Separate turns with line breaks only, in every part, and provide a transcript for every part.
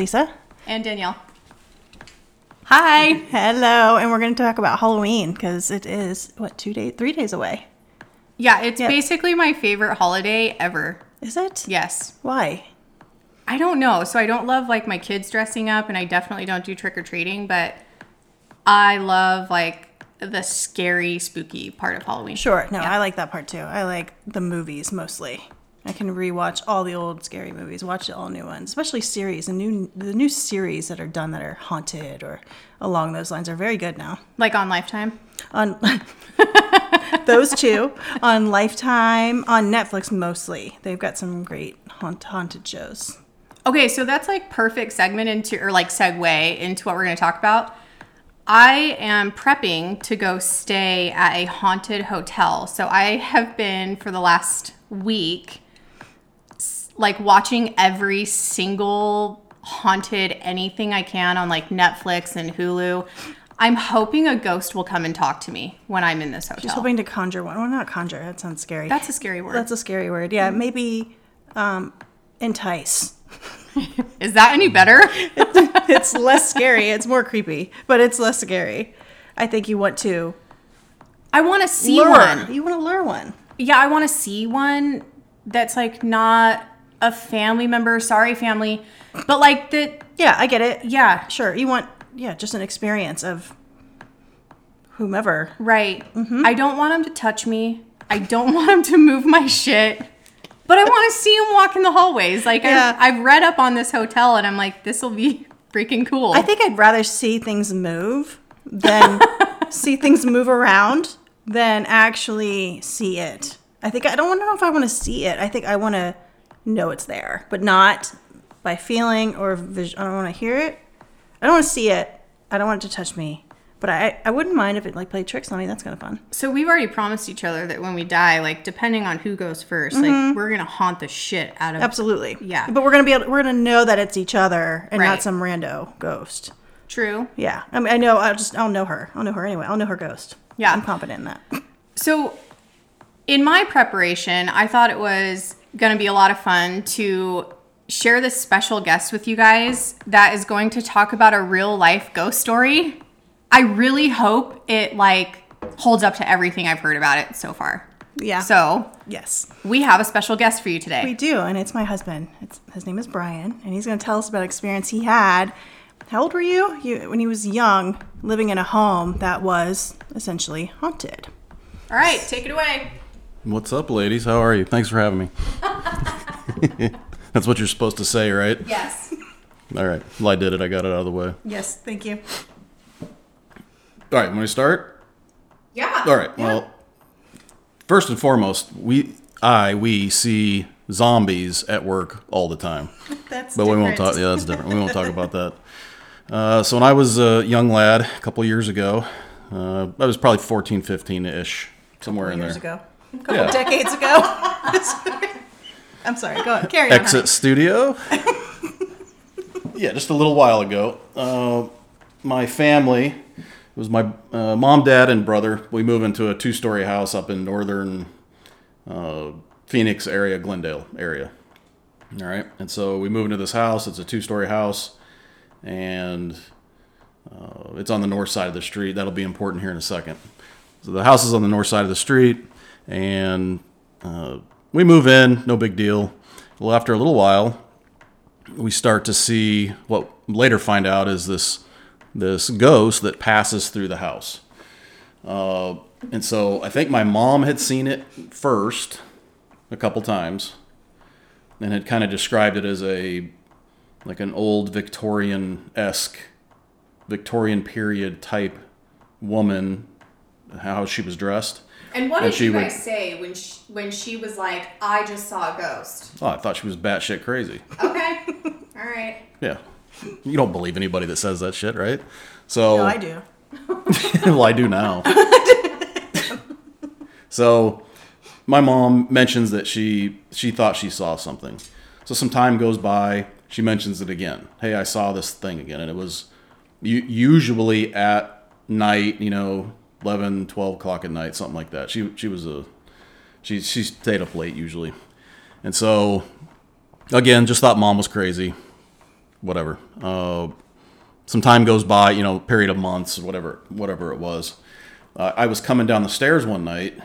Lisa.
And Danielle. Hi.
Hello, and we're going to talk about Halloween because it is what two days, three days away.
Yeah, it's
Yep.
basically my favorite holiday ever.
Is it?
Yes.
Why?
I don't know. So I don't love like my kids dressing up and I definitely don't do trick or treating, but I love like the scary, spooky part of Halloween.
Sure. No, I like that part too. I like the movies mostly. I can rewatch all the old scary movies, watch the all new ones, especially series and new the new series that are done that are haunted or along those lines are very good now.
Like on Lifetime.
On those two on Lifetime, on Netflix mostly. They've got some great haunt, haunted shows.
Okay, so that's like perfect segment into or like segue into what we're going to talk about. I am prepping to go stay at a haunted hotel. So I have been for the last week s- like watching every single haunted anything I can on like Netflix and Hulu. I'm hoping a ghost will come and talk to me when I'm in this hotel.
Just hoping to conjure one. Well, not conjure. That sounds scary.
that's a scary word.
That's a scary word. Yeah, maybe um, entice.
Is that any better?
It's less scary. It's more creepy, but it's less scary. I think you want to
I want to see
lure
one.
You want to lure one.
yeah, I want to see one that's like not a family member, sorry family, but like that,
Yeah, I get it.
yeah,
Sure. You want yeah, just an experience of whomever.
right.
Mm-hmm.
I don't want him to touch me. I don't want him to move my shit. But I want to see him walk in the hallways. Like
Yeah.
I, I've read up on this hotel, and I'm like, this will be freaking cool.
I think I'd rather see things move than see things move around than actually see it. I think I don't know if I want to see it. I think I want to know it's there, but not by feeling or vis- I don't want to hear it. I don't want to see it. I don't want it to touch me. But I, I wouldn't mind if it like played tricks on me. That's kind of fun.
so we've already promised each other that when we die, like depending on who goes 1st
Mm-hmm.
like we're gonna haunt the shit out of
Absolutely.
Yeah.
But we're gonna be able we're gonna know that it's each other and not
Right.
some rando ghost.
True.
Yeah. I mean I know I'll just I'll know her. I'll know her anyway. I'll know her ghost.
Yeah.
I'm confident in that.
So, in my preparation, I thought it was going to be a lot of fun to share this special guest with you guys that is going to talk about a real life ghost story. I really hope it like holds up to everything I've heard about it so far.
Yeah.
So,
Yes,
we have a special guest for you today.
we do, and it's my husband. It's, his name is Brian, and he's going to tell us about an experience he had. How old were you? you? When he was young, living in a home that was essentially haunted.
All right, take it away.
What's up, ladies? How are you? Thanks for having me. That's what you're supposed to say, right?
Yes.
All right. Well, I did it. I got it out of the way. All
Yes, thank you.
right. Want to start?
Yeah.
All right. Well, first and foremost, we, I, we see zombies at work all the time.
That's
But we won't talk. Yeah, that's different. We won't talk about that. Uh, so when I was a young lad, a couple years ago, uh, I was probably 14, 15 ish, somewhere in
years
there.
ago, a couple
Yeah.
decades ago. I'm sorry. Go on. Carry on.
Exit Studio. yeah, just a little while ago. Uh, my family, it was my uh, mom, dad, and brother. We move into a two-story house up in northern uh, Phoenix area, Glendale area. All right, and so we move into this house. It's a two-story house, and uh, it's on the north side of the street. That'll be important here in a second. So the house is on the north side of the street, and uh, we move in, no big deal. Well, after a little while, we start to see what later find out is this this ghost that passes through the house. Uh, and so I think my mom had seen it first a couple times, and had kind of described it as a like an old Victorian esque Victorian period type woman, how she was dressed.
And what
And
did
she
you
would-
guys say when she, when she was like, "I just saw a ghost"?
Oh, I thought she was batshit crazy.
Okay. All right.
Yeah. You don't believe anybody that says that shit, right? So
No, I do.
well, I do now. so my mom mentions that she she thought she saw something. So some time goes by, she mentions it again. Hey, I saw this thing again and it was u- usually at night, you know, 11, 12 o'clock at night, something like that. She she was a she she stayed up late usually. And so again, just thought mom was crazy. whatever. Uh, some time goes by, you know, period of months, whatever, whatever it was. Uh, I was coming down the stairs one night,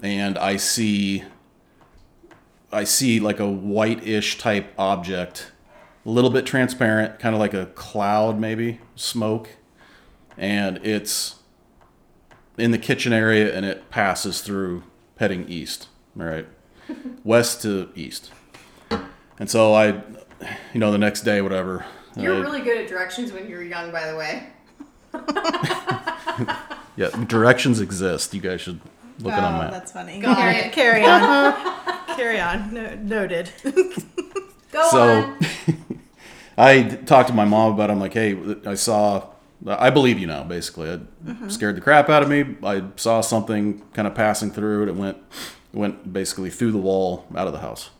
and I see, I see like a whitish type object, a little bit transparent, kind of like a cloud, maybe smoke, and it's in the kitchen area, and it passes through, heading east. All right, west to east, and so I, you know, the next day, whatever. I-
You're really good at directions when you're young, by the way.
Yeah, directions exist. You guys should look at
Oh,
on map.
that's funny.
Got
Carry,
it.
carry on. carry on. No, noted.
Go
So
on.
I d- talked to my mom about. It. I'm like, hey, I saw. I believe you now. Basically, it
Mm-hmm.
scared the crap out of me. I saw something kind of passing through it. It went, went basically through the wall out of the house.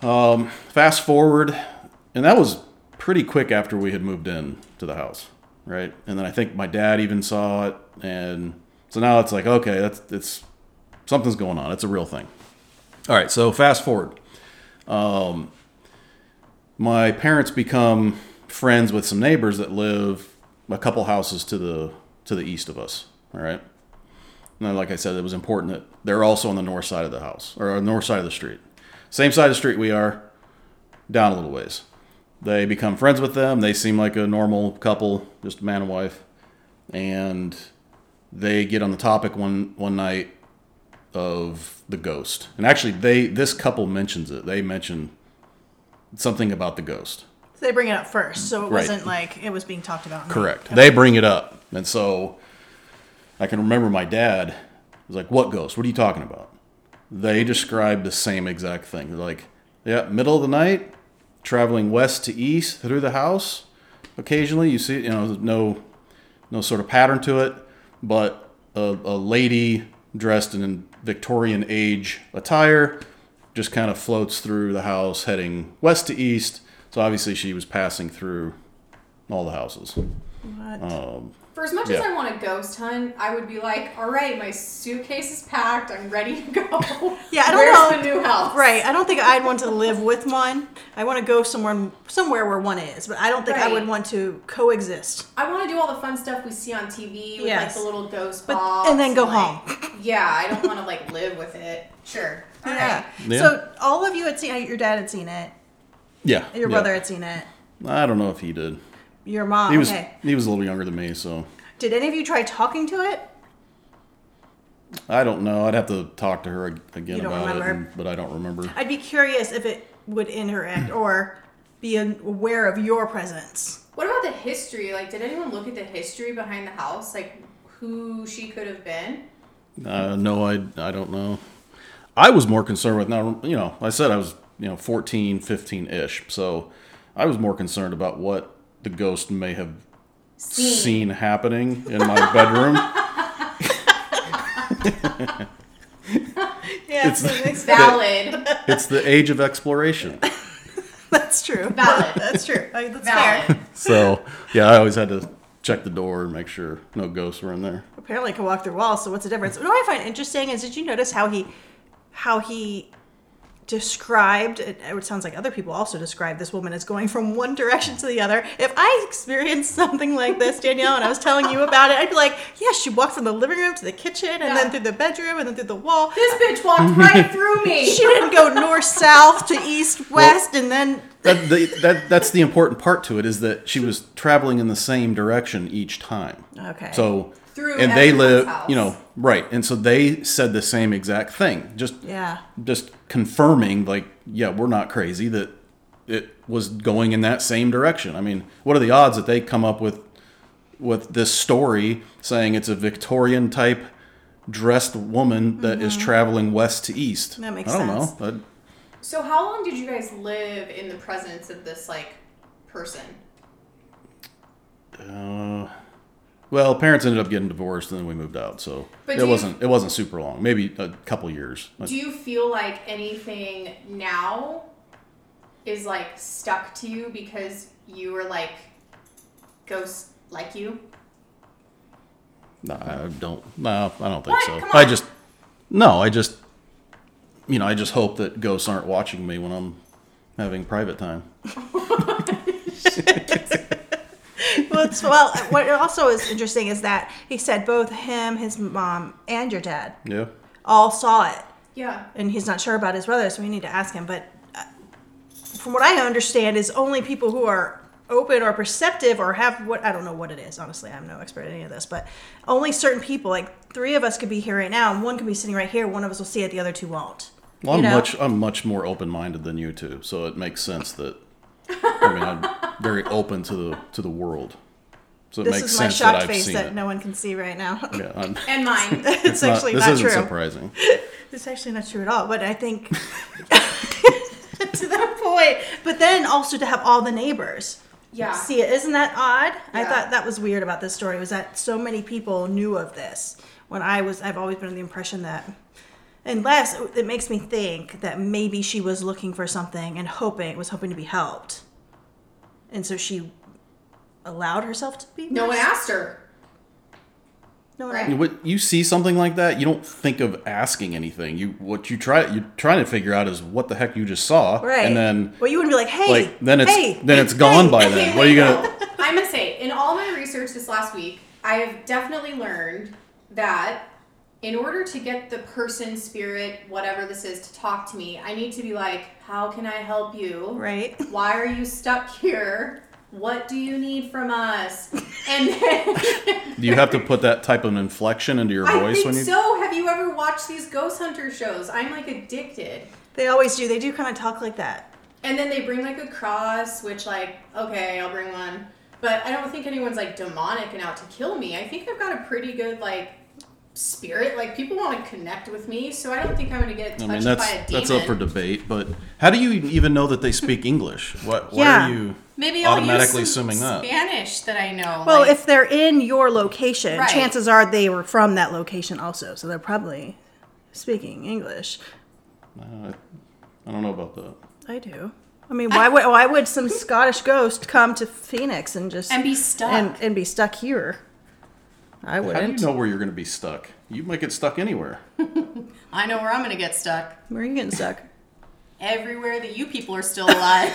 Um, fast forward, and that was pretty quick after we had moved in to the house, right? And then I think my dad even saw it, and so now it's like, okay, that's it's something's going on. It's a real thing. All right, so fast forward. my parents become friends with some neighbors that live a couple houses to the to the east of us. All right. And like I said, it was important that they're also on the north side of the house or on the north side of the street. Same side of the street we are, down a little ways. They become friends with them. They seem like a normal couple, just man and wife. And they get on the topic one one night of the ghost. And actually they this couple mentions it. They mention something about the ghost.
So they bring it up first, so it
Right.
wasn't like it was being talked about.
Correct. They bring it up. And so I can remember my dad was like, What ghost? What are you talking about? They described the same exact thing. They're like, Yeah, middle of the night, traveling west to east through the house. Occasionally you see, you know, no no sort of pattern to it, but a, a lady dressed in Victorian age attire just kind of floats through the house heading west to east. So obviously she was passing through all the houses. Um,
What?
For as much as
yeah.
I want to ghost hunt, I would be like, all right, my suitcase is packed. I'm ready to go.
Yeah, I don't
Where's
know.
the new house?
Right. I don't think I'd want to live with one. I want to go somewhere somewhere where one is, but I don't think I
Right.
would want to coexist.
I want to do all the fun stuff we see on TV with
Yes.
like the little ghost
But-
box.
and then go
like- Yeah, I don't want to like live with it. Sure. All right.
Yeah.
Yeah.
So all of you had seen it. Your dad had seen it.
Yeah.
Your
yeah.
brother had seen it.
I don't know if he did.
Your mom.
He was
okay.
he was a little younger than me, so
Did any of you try talking to it?
I don't know. I'd have to talk to her ag- again
You don't
about it,
remember?
and- but I don't remember.
I'd be curious if it would interact or be an- aware of your presence.
What about the history? Like, did anyone look at the history behind the house? Like, who she could have been?
Uh, no, I I don't know. I was more concerned with now. You know, I said I was you know 14, 15 ish. So I was more concerned about what the ghost may have
Seen.
seen happening in my bedroom.
Yeah,
Valid.
It's the age of exploration.
that's true.
Valid.
That's true. I mean, that's fair.
Valid.
So yeah, I always had to check the door and make sure no ghosts were in there.
Apparently, it can walk through walls. So what's the difference? What I find interesting is, did you notice how he, how he described it, it sounds like other people also describe this woman as going from one direction to the other if i experienced something like this danielle and i was telling you about it i'd be like yeah she walked from the living room to the kitchen and
Yeah.
then through the bedroom and then through the wall
This bitch walked right through me.
she didn't go north south to east west and then
that, the, that that's the important part to it is that she was traveling in the same direction each time.
Okay.
So
Through
and they
everyone's
live,
house.
you know, right. And so they said the same exact thing. Just
yeah
just confirming like yeah, we're not crazy that it was going in that same direction. I mean, what are the odds that they come up with with this story saying it's a Victorian type dressed woman that is traveling west to east?
Mm-hmm. That makes
I don't
sense.
know. That-
So, how long did you guys live in the presence of this like person?
Uh, well, parents ended up getting divorced, and then we moved out, so
But do
it
you-
wasn't it wasn't super long. Maybe a couple years.
Do you feel like anything now is like stuck to you because you were like ghosts like you?
No, I don't. No, I don't think
What?
so.
Come
I
on.
just no. I just you know I just hope that ghosts aren't watching me when I'm having private time.
well, it's, well, what also is interesting is that he said both him, his mom, and your dad
Yeah.
all saw it,
Yeah.
and he's not sure about his brother, so we need to ask him. But uh, from what I understand, is only people who are open or perceptive or have what I don't know what it is. Honestly, I'm no expert at any of this, but only certain people, like three of us, could be here right now, and one could be sitting right here. One of us will see it, the other two won't.
Well, I'm
You know?
much I'm much more open minded than you two, so it makes sense that I mean I'm very open to the to the world. So it
This
makes
is my
sense that
shocked
I've
face
seen
that
it.
no one can see right now.
yeah, I'm, it's
And mine.
it's actually
this
not,
isn't
true.
surprising.
It's actually not true at all. But I think to that point. But then also to have all the neighbors
Yeah.
see it. Isn't that odd? I
Yeah.
thought that was weird about this story was that so many people knew of this. When I was, I've always been of the impression that, unless it makes me think that maybe she was looking for something and hoping was hoping to be helped, and so she allowed herself to be.
No one asked her.
No one.
Right.
asked.
What you see something like that, you don't think of asking anything. You what you try you're trying to figure out is what the heck you just saw,
Right.
and then
well, you wouldn't be like, hey,
like then it's
hey,
then it's gone by then. What are you gonna?
I must say, in all my research this last week, I have definitely learned that in order to get the person, spirit, whatever this is, to talk to me, I need to be like, how can I help you?
right.
Why are you stuck here? What do you need from us? And then
Do you have to put that type of inflection into your
I
voice
think
when you?
so. Have you ever watched these ghost hunter shows? I'm like addicted.
They always do. They do kind of talk like that.
And then they bring like a cross, which like, okay, I'll bring one. But I don't think anyone's like demonic and out to kill me. I think I've got a pretty good like spirit. Like people want to connect with me, so I don't think I'm gonna get touched
I mean
by
that's
a demon.
that's up for debate, but how do you even know that they speak English? What why
Yeah.
are you
Maybe I'll
automatically
use some
assuming that?
Spanish that I know.
Well,
like-
if they're in your location,
Right.
chances are they were from that location also, so they're probably speaking English.
Uh, I don't know about that.
I do. I mean, why would why would some Scottish ghost come to Phoenix and just
and be stuck.
and, and be stuck here? I
How do you
wouldn't.
know where you're going to be stuck? You might get stuck anywhere.
I know where I'm gonna get stuck.
Where are you getting stuck?
Everywhere that you people are still alive.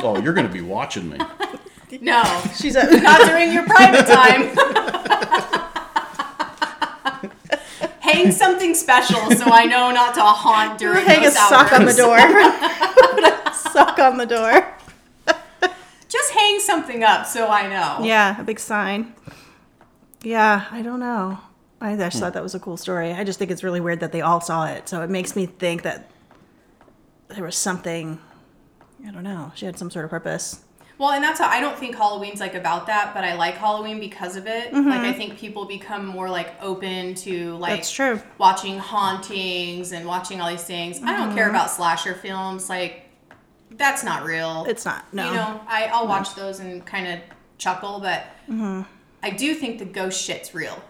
oh, you're going to be watching me.
no,
She's at
not during your private time. Hang something special so I know not to haunt during
hang a
those
sock on the
hours.
door. sock on the door.
Just hang something up so I know.
Yeah, a big sign. Yeah, I don't know. I just thought that was a cool story. I just think it's really weird that they all saw it. So it makes me think that there was something. I don't know. She had some sort of purpose.
Well, and that's how I don't think Halloween's like about that, but I like Halloween because of it. Like I think people become more like open to like
Mm-hmm. That's true.
watching hauntings and watching all these things. I don't
Mm-hmm.
care about slasher films, like that's not real.
It's not. No.
You know, I, I'll watch those and kind of chuckle, but I do think the ghost shit's real. And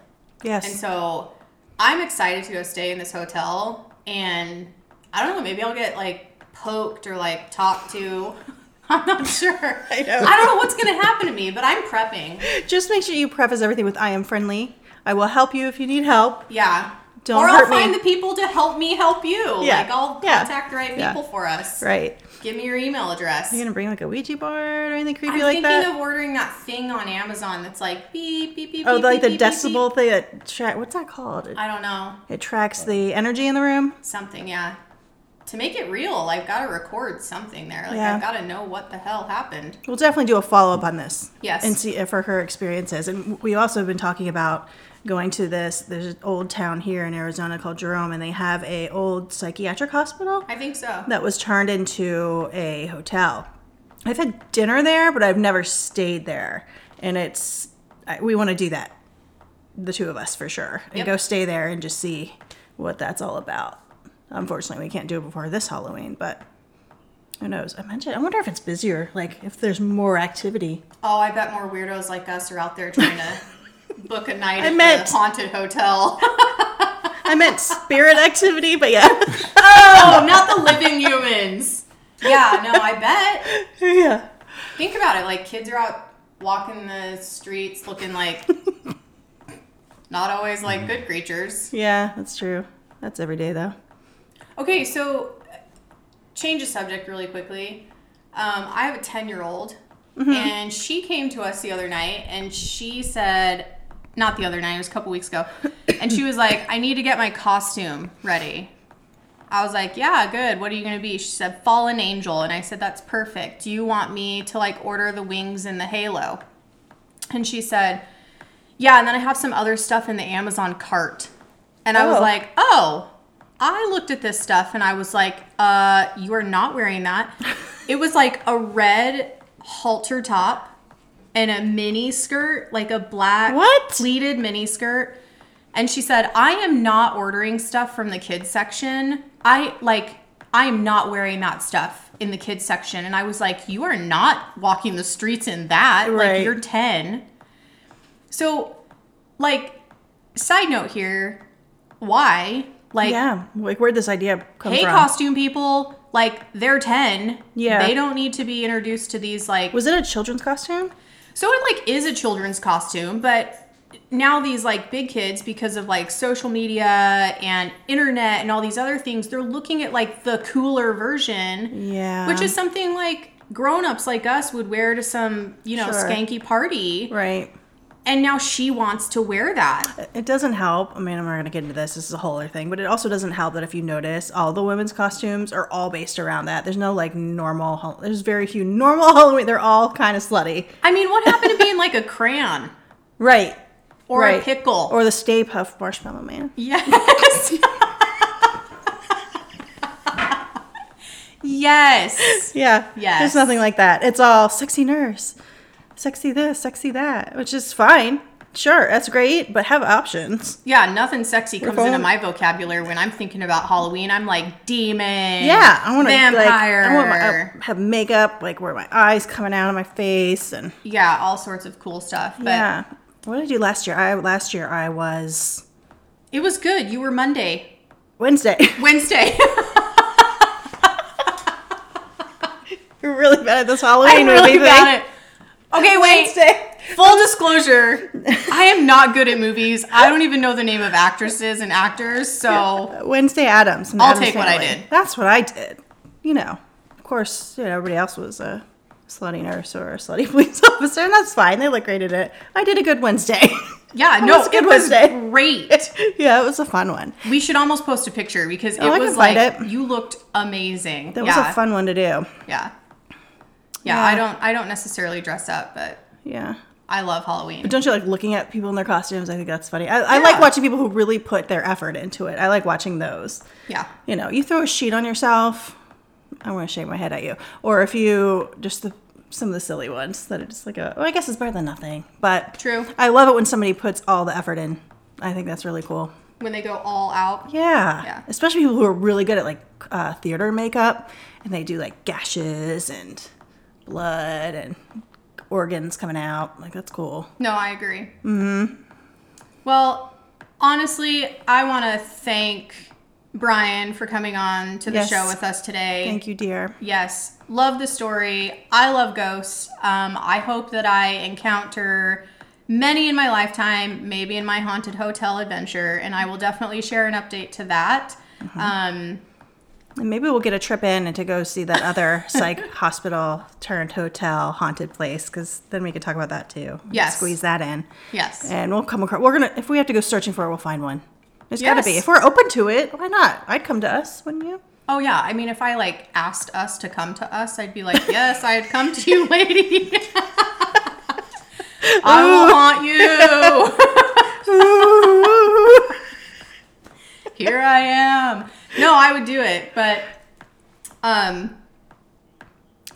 yes.
so I'm excited to go stay in this hotel and I don't know, maybe I'll get like poked or like talked to. I'm not sure.
I know.
I don't know what's gonna happen to me, but I'm prepping.
just make sure you preface everything with "I am friendly. I will help you if you need help."
Yeah.
Don't
or
hurt
I'll find
me.
the people to help me help you.
Yeah.
Like I'll
Yeah.
contact the right
Yeah.
people for us.
Right.
Give me your email address.
You gonna bring like a Ouija board or anything creepy
I'm
like
thinking
that?
of ordering that thing on Amazon that's like beep beep beep.
oh,
beep,
like
beep,
the
beep, beep,
decibel thing that track. What's that called? It,
beep. I don't know.
it tracks the energy in the room.
Something, yeah. To make it real, I've got to record something there. Like
Yeah.
I've got to know what the hell happened.
We'll definitely do a follow up on this.
Yes.
And see for her experiences. And we also have been talking about going to this. There's an old town here in Arizona called Jerome, and they have a old psychiatric hospital
I think so.
that was turned into a hotel. I've had dinner there, but I've never stayed there. And it's I, we want to do that, the two of us for sure, and
Yep.
go stay there and just see what that's all about. Unfortunately, we can't do it before this Halloween, but who knows? I mentioned. I wonder if it's busier, like if there's more activity.
Oh, I bet more weirdos like us are out there trying to book a night at
meant-
the haunted hotel.
I meant spirit activity, but yeah,
oh, not the living humans. Yeah, no, I bet.
yeah.
Think about it. Like kids are out walking the streets looking like not always like good creatures.
Yeah, that's true. That's every day though.
Okay, so uh, change the subject really quickly. Um, I have a 10 year old And she came to us the other night and she said, not the other night, it was a couple weeks ago. And she was like, I need to get my costume ready. I was like, yeah, good. What are you going to be? She said, fallen angel. And I said, that's perfect. Do you want me to like order the wings and the halo? And she said, yeah. And then I have some other stuff in the Amazon cart. And I was
Oh.
like, oh, I looked at this stuff and I was like, uh, you are not wearing that. it was like a red halter top and a mini skirt, like a black
What?
pleated mini skirt. And she said, I am not ordering stuff from the kids section. I like, I am not wearing that stuff in the kids section. And I was like, You are not walking the streets in that.
Right.
Like, you're 10. So, like, side note here, why? Like,
yeah. Like where'd this idea come
hey,
from?
costume people, like, they're 10.
Yeah.
They don't need to be introduced to these, like,
was it a children's costume?
so it like is a children's costume, but now these like big kids because of like social media and internet and all these other things, they're looking at like the cooler version,
Yeah.
which is something like grown-ups like us would wear to some, you know,
Sure.
skanky party.
right.
And now she wants to wear that.
It doesn't help. I mean, I'm not going to get into this. This is a whole other thing, but it also doesn't help that if you notice, all the women's costumes are all based around that. There's no like normal. Hall- There's very few normal Halloween. They're all kind of slutty,
I mean, what happened to being like a crayon
right?
or
right.
a pickle?
or the Stay Puff Marshmallow Man.
yes. yes.
Yeah, yeah.
Yes.
There's nothing like that. It's all sexy nurse, sexy this, sexy that, which is fine. Sure, that's great, but have options.
Yeah, nothing sexy comes into
going-
my vocabulary when I'm thinking about Halloween. I'm like demon.
Yeah, I want to
vampire.
Like, I want my, I have makeup, like where my eyes coming out of my face, and
yeah, all sorts of cool stuff. But
yeah. What did I do last year? I last year I was
it was good. You were Monday,
Wednesday.
Wednesday.
You're really bad at this Halloween
I'm really
movie
bad at. Okay,
thing.
wait.
Wednesday.
Full disclosure, I am not good at movies. I don't even know the name of actresses and actors. So
Wednesday Adams. and
I'll
Addams
take what I
Family.
did.
That's what I did. You know, of course, you know, everybody else was a slutty nurse or a slutty police officer, and that's fine. They like rated it. I did a good Wednesday.
yeah,
It
no,
was a good
it was
Wednesday.
great.
yeah, it was a fun one.
We should almost post a picture because it
Oh, I can
was like
find it.
you looked amazing.
That
yeah.
was a fun one to do.
Yeah. Yeah,
Yeah.
I don't I don't necessarily dress up, but
Yeah.
I love Halloween.
But don't you like looking at people in their costumes? I think that's funny. I, I like
Yeah.
watching people who really put their effort into it. I like watching those.
Yeah.
you know, you throw a sheet on yourself, I'm gonna shake my head at you. Or if you just the some of the silly ones that are just like a, well, I guess it's better than nothing. But
True.
I love it when somebody puts all the effort in. I think that's really cool.
When they go all out.
Yeah.
Yeah.
Especially people who are really good at like uh, theater makeup and they do like gashes and blood and organs coming out. Like that's cool.
No, I agree. Mm-hmm. Well, honestly, I wanna thank Brian for coming on to the
Yes.
show with us today.
Thank you, dear.
Yes, love the story. I love ghosts. Um, I hope that I encounter many in my lifetime, maybe in my haunted hotel adventure, and I will definitely share an update to that. Um,
And maybe we'll get a trip in and to go see that other psych hospital turned hotel haunted place because then we could talk about that too. We can
Yes.
Squeeze that in.
yes.
And we'll come across, we're going to, if we have to go searching for it, we'll find one. There's got to be.
Yes.
If we're open to it, why not? I'd come to us, wouldn't you?
Oh yeah, I mean, if I like asked us to come to us, I'd be like, "Yes, I'd come to you, lady. I will haunt you. Here I am." No, I would do it, but um,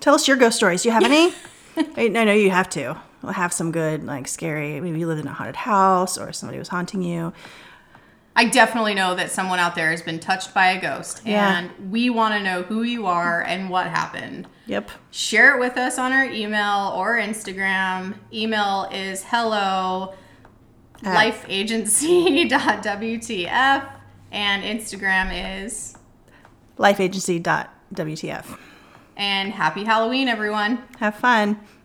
Tell us your ghost stories. Do you have any? I, I know you have to. We'll have some good, like scary. Maybe you lived in a haunted house or somebody was haunting you.
I definitely know that someone out there has been touched by a ghost,
Yeah.
and we want to know who you are and what happened.
Yep.
share it with us on our email or Instagram. Email is hello lifeagency.wtf and Instagram is
Lifeagency.wtf.
and happy Halloween everyone.
Have fun.